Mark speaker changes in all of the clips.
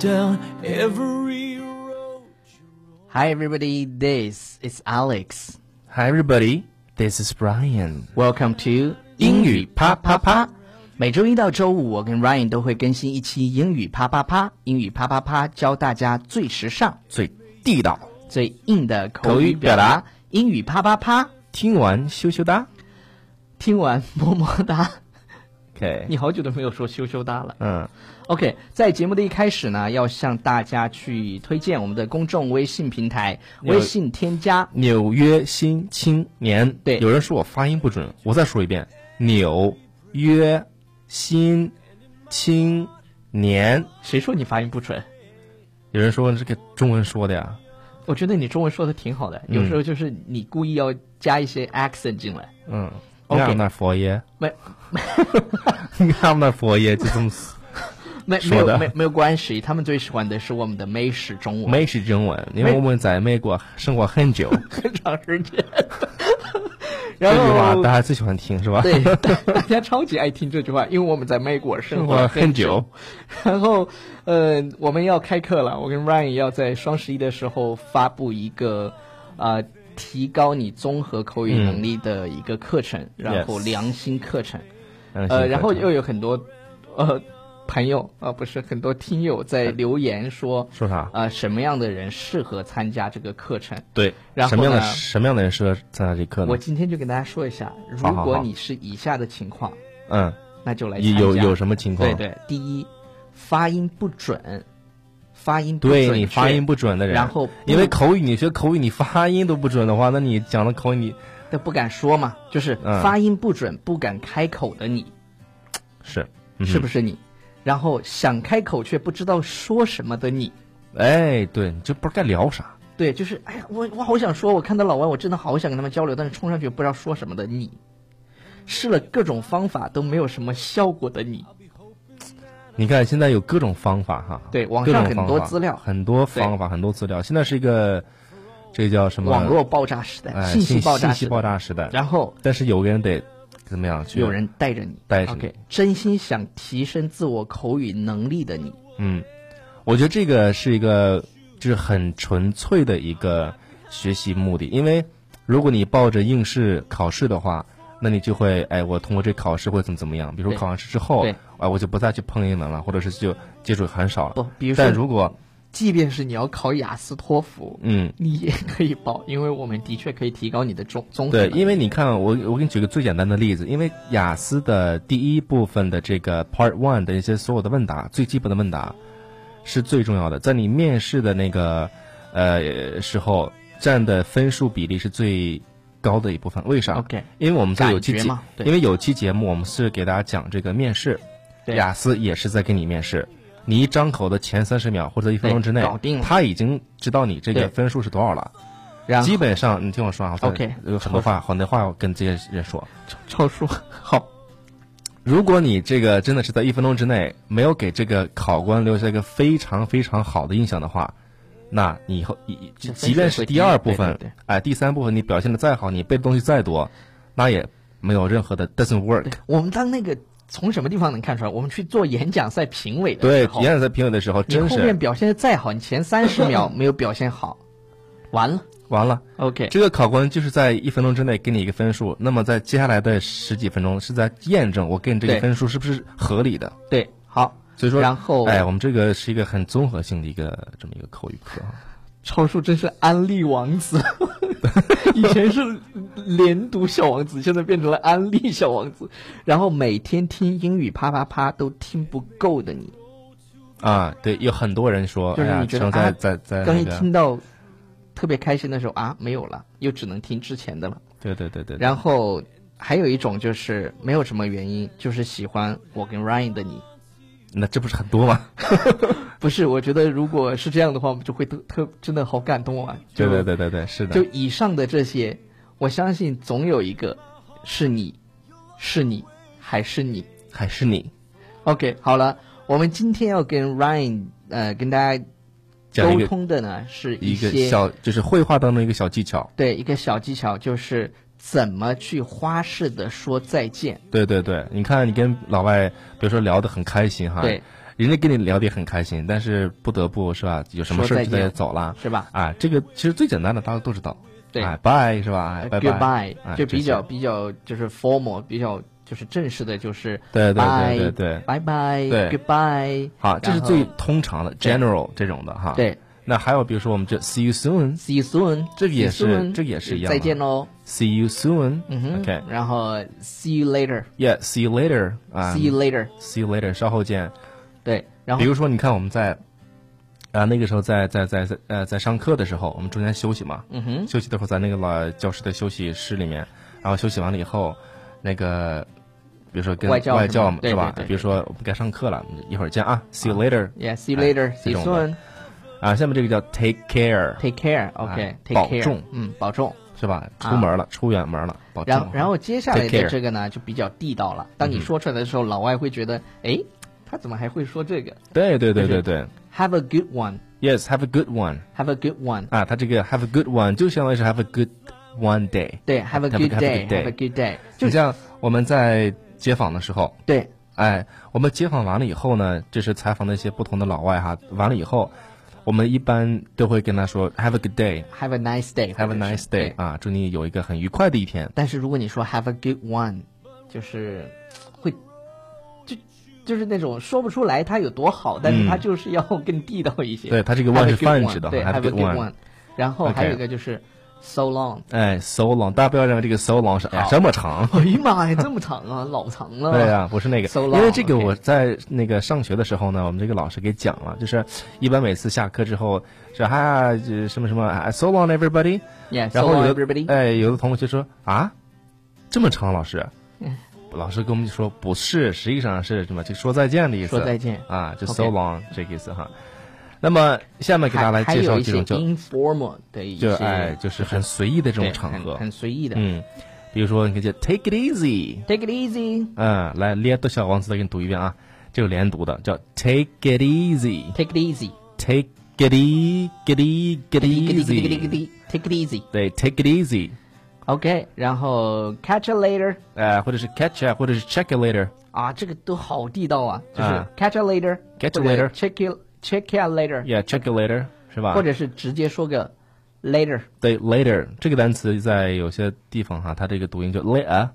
Speaker 1: down every road.
Speaker 2: Hi, everybody. This is Alex.
Speaker 3: Hi everybody, this is Brian。
Speaker 2: Welcome to
Speaker 3: 英语啪啪啪。
Speaker 2: 每周一到周五，我跟 Ryan 都会更新一期英语啪啪啪。英语啪啪啪，教大家最时尚、
Speaker 3: 最地道，
Speaker 2: 最硬的口
Speaker 3: 口
Speaker 2: 语
Speaker 3: 语表
Speaker 2: 表达
Speaker 3: 达。
Speaker 2: 英语啪啪啪，
Speaker 3: 听完羞羞哒。
Speaker 2: 听完么么哒。
Speaker 3: OK，
Speaker 2: 你好久都没有说羞羞哒了。
Speaker 3: 嗯，
Speaker 2: OK，在节目的一开始呢，要向大家去推荐我们的公众微信平台，
Speaker 3: 有
Speaker 2: 微信添加
Speaker 3: 纽约新青年。
Speaker 2: 对
Speaker 3: 有人说我发音不准，我再说一遍：纽约新青年。
Speaker 2: 谁说你发音不准？
Speaker 3: 有人说这个中文说的呀，
Speaker 2: 我觉得你中文说的挺好
Speaker 3: 嗯
Speaker 2: 的，有时候就是你故意要加一些 accent 进来。
Speaker 3: 嗯，
Speaker 2: OK
Speaker 3: 俺们那佛爷，
Speaker 2: 没
Speaker 3: 俺们那佛爷就这么
Speaker 2: 没没
Speaker 3: 说
Speaker 2: 有
Speaker 3: 的
Speaker 2: 没没有关系，他们最喜欢的是我们的美式中文，
Speaker 3: 美式中文，因为我们在美国生活很久，
Speaker 2: 很长时 间。
Speaker 3: 这
Speaker 2: 然
Speaker 3: 句话
Speaker 2: 后
Speaker 3: 大家最喜欢听是吧？
Speaker 2: 对大大家超级爱听这句话，因为我们在美国生
Speaker 3: 生
Speaker 2: 活
Speaker 3: 活
Speaker 2: 很
Speaker 3: 很
Speaker 2: 久
Speaker 3: 久。
Speaker 2: 然后，呃，我们要开课了，我跟 Ryan 要在双十一的时候发布一个，呃，提高你综合口语能力的一个课程，然后
Speaker 3: 嗯 Yes
Speaker 2: 良心课程。
Speaker 3: 嗯
Speaker 2: 呃，然后又有很多，呃，朋友啊、呃不是很多听友
Speaker 3: 哎
Speaker 2: 在留言说，
Speaker 3: 说啥？
Speaker 2: 呃，什么样的人适合参加这个课程？
Speaker 3: 对，
Speaker 2: 然后
Speaker 3: 什么样的
Speaker 2: 呢
Speaker 3: 什么样的人适合参加这课呢
Speaker 2: 我？今天就跟大家说一下，如
Speaker 3: 嗯好好
Speaker 2: 果
Speaker 3: 好
Speaker 2: 你是以下的情况，
Speaker 3: 嗯，
Speaker 2: 那就来参加。
Speaker 3: 有有什么情况？
Speaker 2: 对对，第一，发音不准，发音不
Speaker 3: 对，
Speaker 2: 准
Speaker 3: 你
Speaker 2: 确
Speaker 3: 发音不准的人，
Speaker 2: 然后
Speaker 3: 因为口语，你学口语你发音都不准的话，那你讲的口语你
Speaker 2: 他不敢说嘛，就是
Speaker 3: 嗯
Speaker 2: 发音不准、不敢开口的你，
Speaker 3: 是嗯
Speaker 2: 是不是你？然后想开口却不知道说什么的你，
Speaker 3: 哎，对，你这不知道该聊啥？
Speaker 2: 对，就是哎呀，我我好想说，我看到老外，我真的好想跟他们交流，但是冲上去不知道说什么的你，试了各种方法都没有什么效果的你，
Speaker 3: 你看现在有各种方法哈，
Speaker 2: 对网
Speaker 3: 各
Speaker 2: 上
Speaker 3: 种
Speaker 2: 很
Speaker 3: 方
Speaker 2: 多
Speaker 3: 法
Speaker 2: 资料
Speaker 3: 很多方法，很多资料。现在是一个这个叫什么？
Speaker 2: 网络爆炸时代，
Speaker 3: 嗯哎
Speaker 2: 信息
Speaker 3: 信
Speaker 2: 爆炸
Speaker 3: 信
Speaker 2: 时
Speaker 3: 息
Speaker 2: 代，
Speaker 3: 爆炸时代。
Speaker 2: 然后
Speaker 3: 但是有个人得怎么样去？
Speaker 2: 有人带着你
Speaker 3: 带着你
Speaker 2: ，OK，真心想提升自我口语能力的你，
Speaker 3: 嗯，我觉得这个是一个就是很纯粹的一个学习目的，因为如果你抱着应试考试的话，那你就会哎，我通过这考试会怎么怎么样？比如
Speaker 2: 对
Speaker 3: 说考完试之后，
Speaker 2: 对
Speaker 3: 哎，我就不再去碰英文了，或者是就接触很少了。
Speaker 2: 不比如说
Speaker 3: 但如果
Speaker 2: 即便是你要考雅思托福，
Speaker 3: 嗯，
Speaker 2: 你也可以报，因为我们的确可以提高你的综综合
Speaker 3: 对，
Speaker 2: 能力。
Speaker 3: 因为你看，啊我我给你举个最简单的例子，因为雅思的第一部分的这个 Part One 的一些所有的问答，最基本的问答是最重要的，在你面试的那个呃时候占的分数比例是最高的一部分。为啥
Speaker 2: OK，
Speaker 3: 因为我们在啊有期
Speaker 2: 哦感觉
Speaker 3: 节
Speaker 2: 嘛，对
Speaker 3: 因为有期节目我们是给大家讲这个面试，
Speaker 2: 对
Speaker 3: 雅思也是在给你面试。你一张口的前三十秒或者一分钟之内
Speaker 2: 对搞定了，
Speaker 3: 他已经知道你这
Speaker 2: 对
Speaker 3: 个分数是多少了。
Speaker 2: 然后
Speaker 3: 基本上，你听我说啊
Speaker 2: OK，
Speaker 3: 我有很多话，很多话要跟这些人说。
Speaker 2: 超说 好，
Speaker 3: 如果你这个真的是在一分钟之内没有给这个考官留下一个非常非常好的印象的话，那你以后以以
Speaker 2: 这分数
Speaker 3: 即便是第二部
Speaker 2: 会
Speaker 3: 分
Speaker 2: 低对对对，
Speaker 3: 哎，第三部分你表现的再好，你背的东西再多，那也没有任何的 doesn't work。
Speaker 2: 我们当那个从什么地方能看出来？我们去做演讲赛评委的
Speaker 3: 对
Speaker 2: 时，候，
Speaker 3: 演讲在评委的时候，
Speaker 2: 你
Speaker 3: 真
Speaker 2: 后面
Speaker 3: 是
Speaker 2: 表现的再好，你前三十秒没有表现好，完了。
Speaker 3: 完了。
Speaker 2: OK，
Speaker 3: 这个考官就是在一分钟之内给你一个分数，那么在接下来的十几分钟是在验证我给你这
Speaker 2: 对
Speaker 3: 个分数是不是合理的。
Speaker 2: 对，好。
Speaker 3: 所以说，
Speaker 2: 然后
Speaker 3: 哎，我们这个是一个很综合性的一个这么一个口语课啊。
Speaker 2: 超叔真是安利王 子，以前是连读小王子，现在变成了安利小王子。然后每天听英语啪啪啪都听不够的你，
Speaker 3: 啊，对，有很多人说，
Speaker 2: 就是
Speaker 3: 哎呀
Speaker 2: 你觉得
Speaker 3: 只能在
Speaker 2: 啊
Speaker 3: 在在
Speaker 2: 刚一
Speaker 3: 那个，
Speaker 2: 听到特别开心的时候啊，没有了，又只能听之前的了。
Speaker 3: 对对对对，
Speaker 2: 然后还有一种就是没有什么原因，就是喜欢我跟 Ryan 的你。
Speaker 3: 那这不是很多吗？
Speaker 2: 不是，我觉得如果是这样的话，我们就会特特真的好感动啊！就
Speaker 3: 对对对对对，是的
Speaker 2: 就，以上的这些，我相信总有一个是你，是你，还是你。
Speaker 3: 还是你
Speaker 2: OK，好了，我们今天要跟 Ryan 呃跟大家
Speaker 3: 讲一
Speaker 2: 沟
Speaker 3: 个
Speaker 2: 通的呢是
Speaker 3: 一个
Speaker 2: 些
Speaker 3: 小，就是绘画当中一个小技巧，
Speaker 2: 对一个小技巧，就是怎么去花式的说再见。
Speaker 3: 对对对，你看你跟老外，比如说聊得很开心哈，
Speaker 2: 对，
Speaker 3: 人家跟你聊得也很开心，但是不得不是吧？有什么事儿
Speaker 2: 说再
Speaker 3: 就
Speaker 2: 见
Speaker 3: 得走了
Speaker 2: 是吧？
Speaker 3: 啊。这个其实最简单的大家都知道，
Speaker 2: 对
Speaker 3: 哎，拜是吧？哎，拜拜
Speaker 2: Goodbye，、
Speaker 3: 哎
Speaker 2: 就比较
Speaker 3: 这些
Speaker 2: 比较就是 formal，比较就是正式的，就是
Speaker 3: 对对
Speaker 2: Bye
Speaker 3: 对对对。
Speaker 2: 拜拜
Speaker 3: 对
Speaker 2: ，Goodbye，
Speaker 3: 好，这是
Speaker 2: 然后
Speaker 3: 最通常的 general 这种的哈。。
Speaker 2: 对
Speaker 3: 那还有比如说我们这 see you soon，see
Speaker 2: ，See you soon，
Speaker 3: 这个也
Speaker 2: see you
Speaker 3: 是
Speaker 2: soon，
Speaker 3: 这个也是一样的
Speaker 2: 再见喽，
Speaker 3: you soon，OK，yeah，see、
Speaker 2: 嗯哼
Speaker 3: OK
Speaker 2: 然后 See you later，See
Speaker 3: Yeah, see you later，啊、
Speaker 2: you later，
Speaker 3: see you later，稍后见。
Speaker 2: 对，然后
Speaker 3: 比如说，你看我们在啊、那个时候在在在在呃在上课的时候，我们中间休息嘛，
Speaker 2: 嗯哼，
Speaker 3: 休息的时候在那个老教室的休息室里面，然后休息完了以后，那个比如说跟
Speaker 2: 外
Speaker 3: 外
Speaker 2: 教是吗
Speaker 3: 嘛
Speaker 2: 对
Speaker 3: 是吧
Speaker 2: 对对嗯对
Speaker 3: 比如说我们该上课了，一会儿见啊，see you later
Speaker 2: ，Yeah，See you
Speaker 3: 哎
Speaker 2: later，See you
Speaker 3: 这种
Speaker 2: soon，Take
Speaker 3: 啊，下面这个叫 take care
Speaker 2: care，OK，Take
Speaker 3: 哎
Speaker 2: care，,
Speaker 3: 保重
Speaker 2: 嗯，保重。
Speaker 3: 是吧？
Speaker 2: 啊
Speaker 3: 出门了，出远门了，保重
Speaker 2: 然后
Speaker 3: 啊。，
Speaker 2: 然后接下来
Speaker 3: Take
Speaker 2: 的
Speaker 3: care 嗯
Speaker 2: 这个呢，就比较地道了。当你说出来的时候，老外会觉得，哎，他怎么还会说这个
Speaker 3: 对对对
Speaker 2: 就
Speaker 3: 对
Speaker 2: 是
Speaker 3: 对
Speaker 2: ？Have a good one，Have
Speaker 3: ，yes，have a good one
Speaker 2: a good one，
Speaker 3: 啊，它这个 have a good one 就相当于是 have a good one day。
Speaker 2: 对，Have a
Speaker 3: Have a
Speaker 2: good
Speaker 3: good- have a good
Speaker 2: day，Have a good day，
Speaker 3: 就像我们在街访的时候，
Speaker 2: 对，
Speaker 3: 哎，我们街访完了以后呢，这是采访的一些不同的老外哈。完了以后，我们一般都会跟他说 “Have a good day,
Speaker 2: Have a nice day，
Speaker 3: Have
Speaker 2: 或
Speaker 3: a
Speaker 2: 者是
Speaker 3: nice
Speaker 2: 对
Speaker 3: day” 啊，祝你有一个很愉快的一天。
Speaker 2: 但是如果你说 Have a good one，就是会就就是那种说不出来它有多好，但是它就是要更地道一些。
Speaker 3: 嗯对，它这个
Speaker 2: Have a
Speaker 3: one 是
Speaker 2: good
Speaker 3: 泛指的
Speaker 2: one，对
Speaker 3: ，Have a
Speaker 2: ，Have a
Speaker 3: good
Speaker 2: good
Speaker 3: one
Speaker 2: one。。然后还有
Speaker 3: OK
Speaker 2: 一个就是 So long。
Speaker 3: 哎，so long，大家不要认为这个 so long 是啊这么长。
Speaker 2: 哎呀妈呀，这么长啊，老长了。
Speaker 3: 对呀、不是那个
Speaker 2: So
Speaker 3: 因
Speaker 2: long，
Speaker 3: 为这个
Speaker 2: OK
Speaker 3: 我在那个上学的时候呢，我们这个老师给讲了，就是一般每次下课之后是啊这什么什么啊 so long everybody，
Speaker 2: Yeah, so
Speaker 3: 然后
Speaker 2: long
Speaker 3: 有的
Speaker 2: everybody.
Speaker 3: 哎，有的同学说啊，这么长，老师，啊
Speaker 2: 嗯
Speaker 3: 老师跟我们说不是，实际上是什么？就说再见的意思，
Speaker 2: 说再见。
Speaker 3: 啊，就
Speaker 2: OK
Speaker 3: so long 这个意思哈。那么下面给大家来
Speaker 2: 还
Speaker 3: 介
Speaker 2: 有
Speaker 3: 绍
Speaker 2: 一
Speaker 3: 这
Speaker 2: 些
Speaker 3: 种就
Speaker 2: informal 的一
Speaker 3: 就
Speaker 2: 些，
Speaker 3: 哎就是很随意的这
Speaker 2: 对
Speaker 3: 种场合
Speaker 2: 很，很随意的。
Speaker 3: 嗯，比如说你可以叫 take it easy，
Speaker 2: Take it easy,
Speaker 3: 嗯，来连读小王子再给你读一遍啊，这个连读的叫 take it easy，take
Speaker 2: take it easy,
Speaker 3: it e get e get
Speaker 2: take it easy,
Speaker 3: easy，
Speaker 2: take it easy.
Speaker 3: 对，take it easy，
Speaker 2: OK，然后 catch you later
Speaker 3: 呃，或者是 catch up，或者是 check it later。
Speaker 2: 啊，这个都好地道啊，就是
Speaker 3: 啊
Speaker 2: catch you later,
Speaker 3: Catch you
Speaker 2: 或者
Speaker 3: later
Speaker 2: check you check you later，
Speaker 3: Yeah, check it later，是吧？
Speaker 2: 或者是直接说个 later，
Speaker 3: 对 later 这个单词在有些地方哈，它这个读音就 later，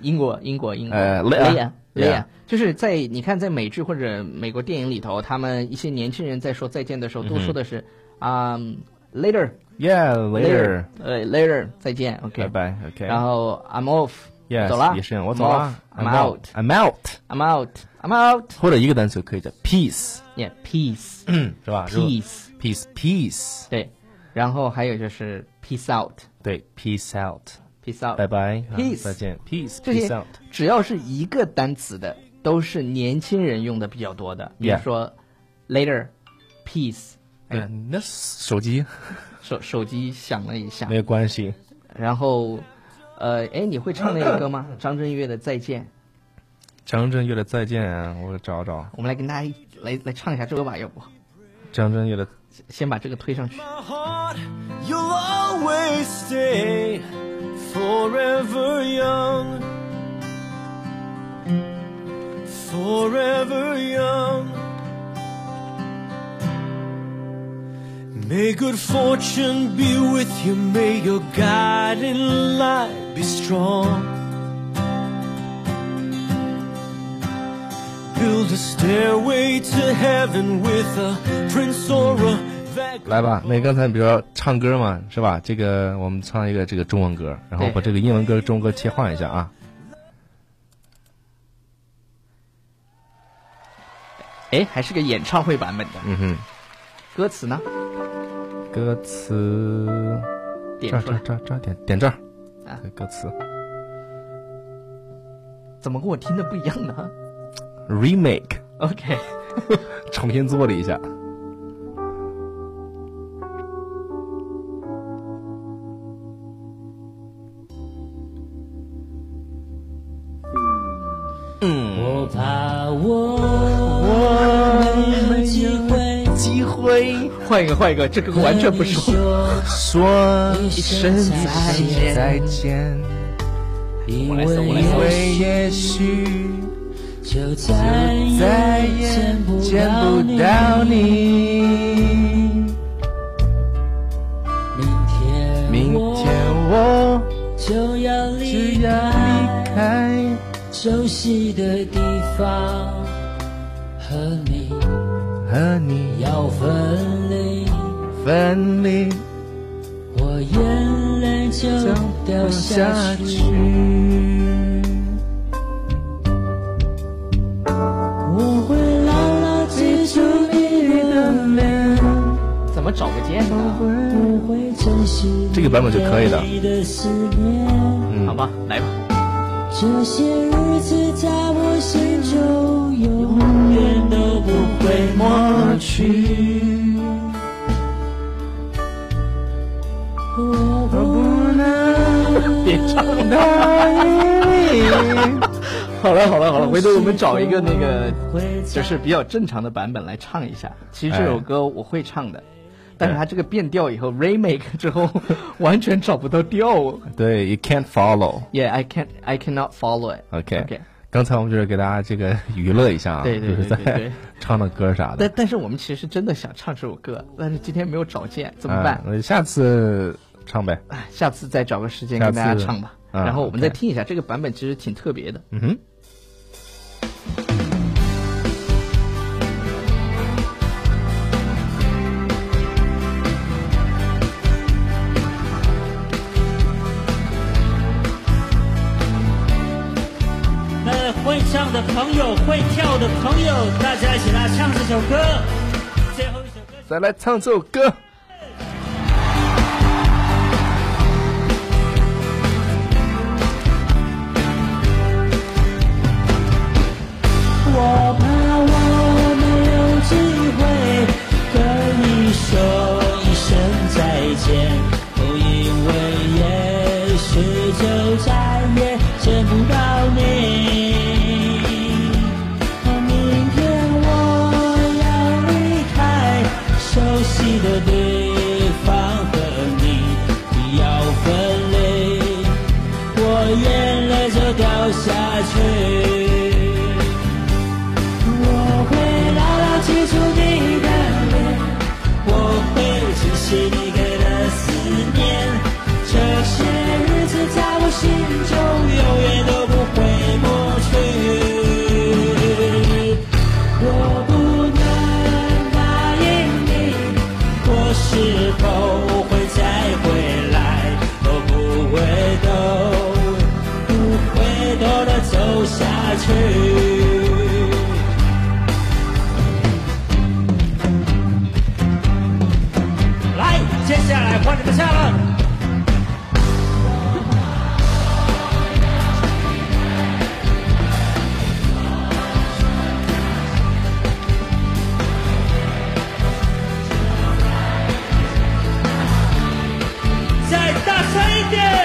Speaker 2: 英国英国英国
Speaker 3: 呃
Speaker 2: later
Speaker 3: later，
Speaker 2: later
Speaker 3: yeah。
Speaker 2: 就是在你看，在美剧或者美国电影里头，他们一些年轻人在说再见的时
Speaker 3: 嗯
Speaker 2: 候，都说的是啊、later
Speaker 3: yeah later，
Speaker 2: 呃 later 再见，OK，
Speaker 3: 拜拜，OK，
Speaker 2: 然后 I'm off，
Speaker 3: yes
Speaker 2: 走了，
Speaker 3: 也是一样
Speaker 2: I'm
Speaker 3: 我走了
Speaker 2: off，，I'm
Speaker 3: out I'm out，
Speaker 2: out，I'm out，I'm out，
Speaker 3: 或者一个单词可以叫 peace，
Speaker 2: yeah peace
Speaker 3: 嗯是吧
Speaker 2: peace，
Speaker 3: peace peace，
Speaker 2: 对，然后还有就是 peace out，peace
Speaker 3: 对 peace out，
Speaker 2: out，
Speaker 3: 拜拜啊
Speaker 2: Peace
Speaker 3: 再见 peace
Speaker 2: 这
Speaker 3: peace
Speaker 2: 些
Speaker 3: out，
Speaker 2: 只要是一个单词的，都是年轻人用的比较多的，比如
Speaker 3: Yeah
Speaker 2: 说 later，peace，
Speaker 3: 对，你那哎手机
Speaker 2: 手手机响了一下
Speaker 3: 没，有关系，
Speaker 2: 然后，呃，哎，你会唱那个歌吗？张震岳的《再见》，
Speaker 3: 张震岳的再见啊，我找找
Speaker 2: 我们来跟大家一来来唱一下这个吧，要不
Speaker 3: 张震岳的
Speaker 2: 先把这个推上去。
Speaker 1: my heart, you'll always stay forever young. Forever young. May good fortune be with you. May your guiding light be strong. Build a stairway to heaven with a prince or a vagabond.
Speaker 3: 来吧，那刚才比如说唱歌嘛，是吧？这个我们唱一个这个中文歌，然后
Speaker 2: 对
Speaker 3: 把这个英文歌、中文歌切换一下啊。
Speaker 2: 哎，还是个演唱会版本的，
Speaker 3: 嗯哼。
Speaker 2: 歌词呢？
Speaker 3: 歌词，这
Speaker 2: 点
Speaker 3: 儿
Speaker 2: 出
Speaker 3: 这儿
Speaker 2: 来，
Speaker 3: 这儿这儿点点这儿，
Speaker 2: 啊
Speaker 3: 这歌词
Speaker 2: 怎么跟我听的不一样呢
Speaker 3: remake
Speaker 2: ？OK，
Speaker 3: 重新做了一下。
Speaker 1: 我怕我没有机会
Speaker 3: 机会
Speaker 2: 换一个，换一个，这个完全不是我。
Speaker 1: 说
Speaker 3: 说一
Speaker 1: 声再见
Speaker 3: 再见，
Speaker 1: 因
Speaker 2: 我来搜我来搜
Speaker 1: 为
Speaker 3: 也许
Speaker 4: 就再
Speaker 2: 再
Speaker 4: 也
Speaker 2: 也
Speaker 4: 见不
Speaker 2: 见
Speaker 4: 到
Speaker 2: 不。
Speaker 4: 你
Speaker 2: 到你。
Speaker 4: 明天，
Speaker 2: 明天我
Speaker 4: 就要
Speaker 2: 只
Speaker 4: 离
Speaker 2: 要
Speaker 4: 开
Speaker 2: 离开，
Speaker 4: 熟悉的地方，和你
Speaker 2: 和你
Speaker 4: 要分离，
Speaker 2: 分离，
Speaker 4: 我眼泪就掉
Speaker 2: 掉
Speaker 4: 下
Speaker 2: 下
Speaker 4: 去。
Speaker 2: 去。
Speaker 4: 我会牢牢记住你的脸，
Speaker 2: 怎么找不见呢？
Speaker 4: 我会珍惜
Speaker 3: 这个版本就可以了
Speaker 4: 你的思念，
Speaker 3: 嗯
Speaker 2: 好吧，来吧。
Speaker 4: 这些日子在我心中永远都不会抹去。我不能
Speaker 2: 别唱了。好了好了好了，回头我们找一个那个
Speaker 4: 回
Speaker 2: 就
Speaker 4: 家。
Speaker 2: 是比较正常的版本来唱一
Speaker 3: 哎
Speaker 2: 下。其实这首歌我会唱的，但是它这个变调以后 remake 之后完全找不到调哦。
Speaker 3: 对，You can't follow。
Speaker 2: Yeah, I can I cannot follow it.
Speaker 3: OK，,
Speaker 2: OK
Speaker 3: 刚才我们就是给大家这个娱乐一下啊，
Speaker 2: 对对
Speaker 3: 就是
Speaker 2: 对对对
Speaker 3: 在唱唱歌啥的
Speaker 2: 但。但是我们其实真的想唱这首歌，但是今天没有找见，怎
Speaker 3: 怎
Speaker 2: 么办？
Speaker 3: 啊下次唱呗。
Speaker 2: 哎下次再找个时间
Speaker 3: 下
Speaker 2: 跟
Speaker 3: 次
Speaker 2: 大家唱吧。
Speaker 3: 啊
Speaker 2: 然后我们再
Speaker 3: OK
Speaker 2: 听一下这个版本，其实挺特别的。
Speaker 3: 嗯哼，
Speaker 4: 那呃会唱的朋友，会跳的朋友，大家一起来唱这首歌。最后一首歌。
Speaker 3: 再来唱这首歌。
Speaker 4: 我怕我没有机会跟你说一声再见，哦，因为也许就再也见不到你。明天我要离开熟悉的地方和你，你要分离，我眼泪就掉下去。我会牢牢记住你的脸，我会珍惜你给的思念，这些日子在我心中永远都不会抹去。我不能答应你，我是否会再回来？我不回头，不回头的走下去。来，接下来换你们唱了。再大声一点。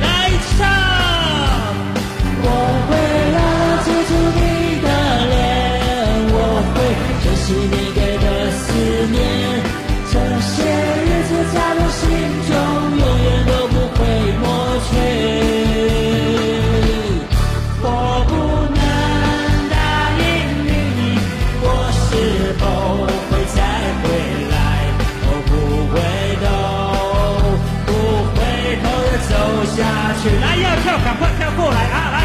Speaker 4: 来唱。我会牢牢记住你的脸，我会珍惜你给的思念，这些日子在我心中永远都不会抹去。我不能答应你，我是否会再回来？我不回头，不回头的走下去。来，要跳，赶快跳过来啊！来，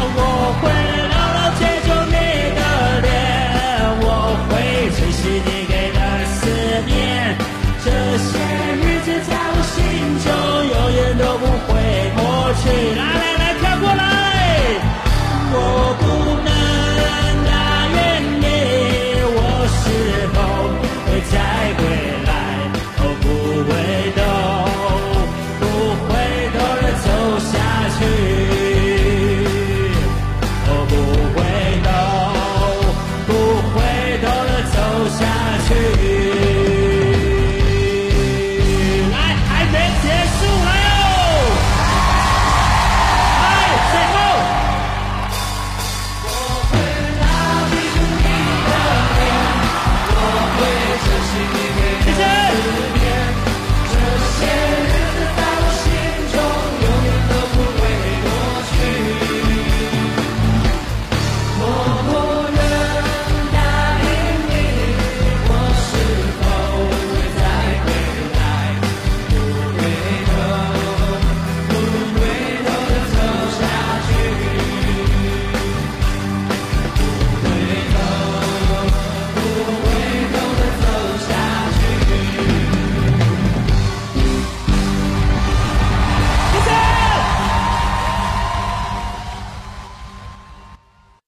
Speaker 4: 我会牢牢记住你的脸，啊我会珍惜你给的思念。这些日子在我心中永远都不会抹去。来来来，跳过来！我不能答应你，我是否会再回来？哦，不回头，不回头的走下去。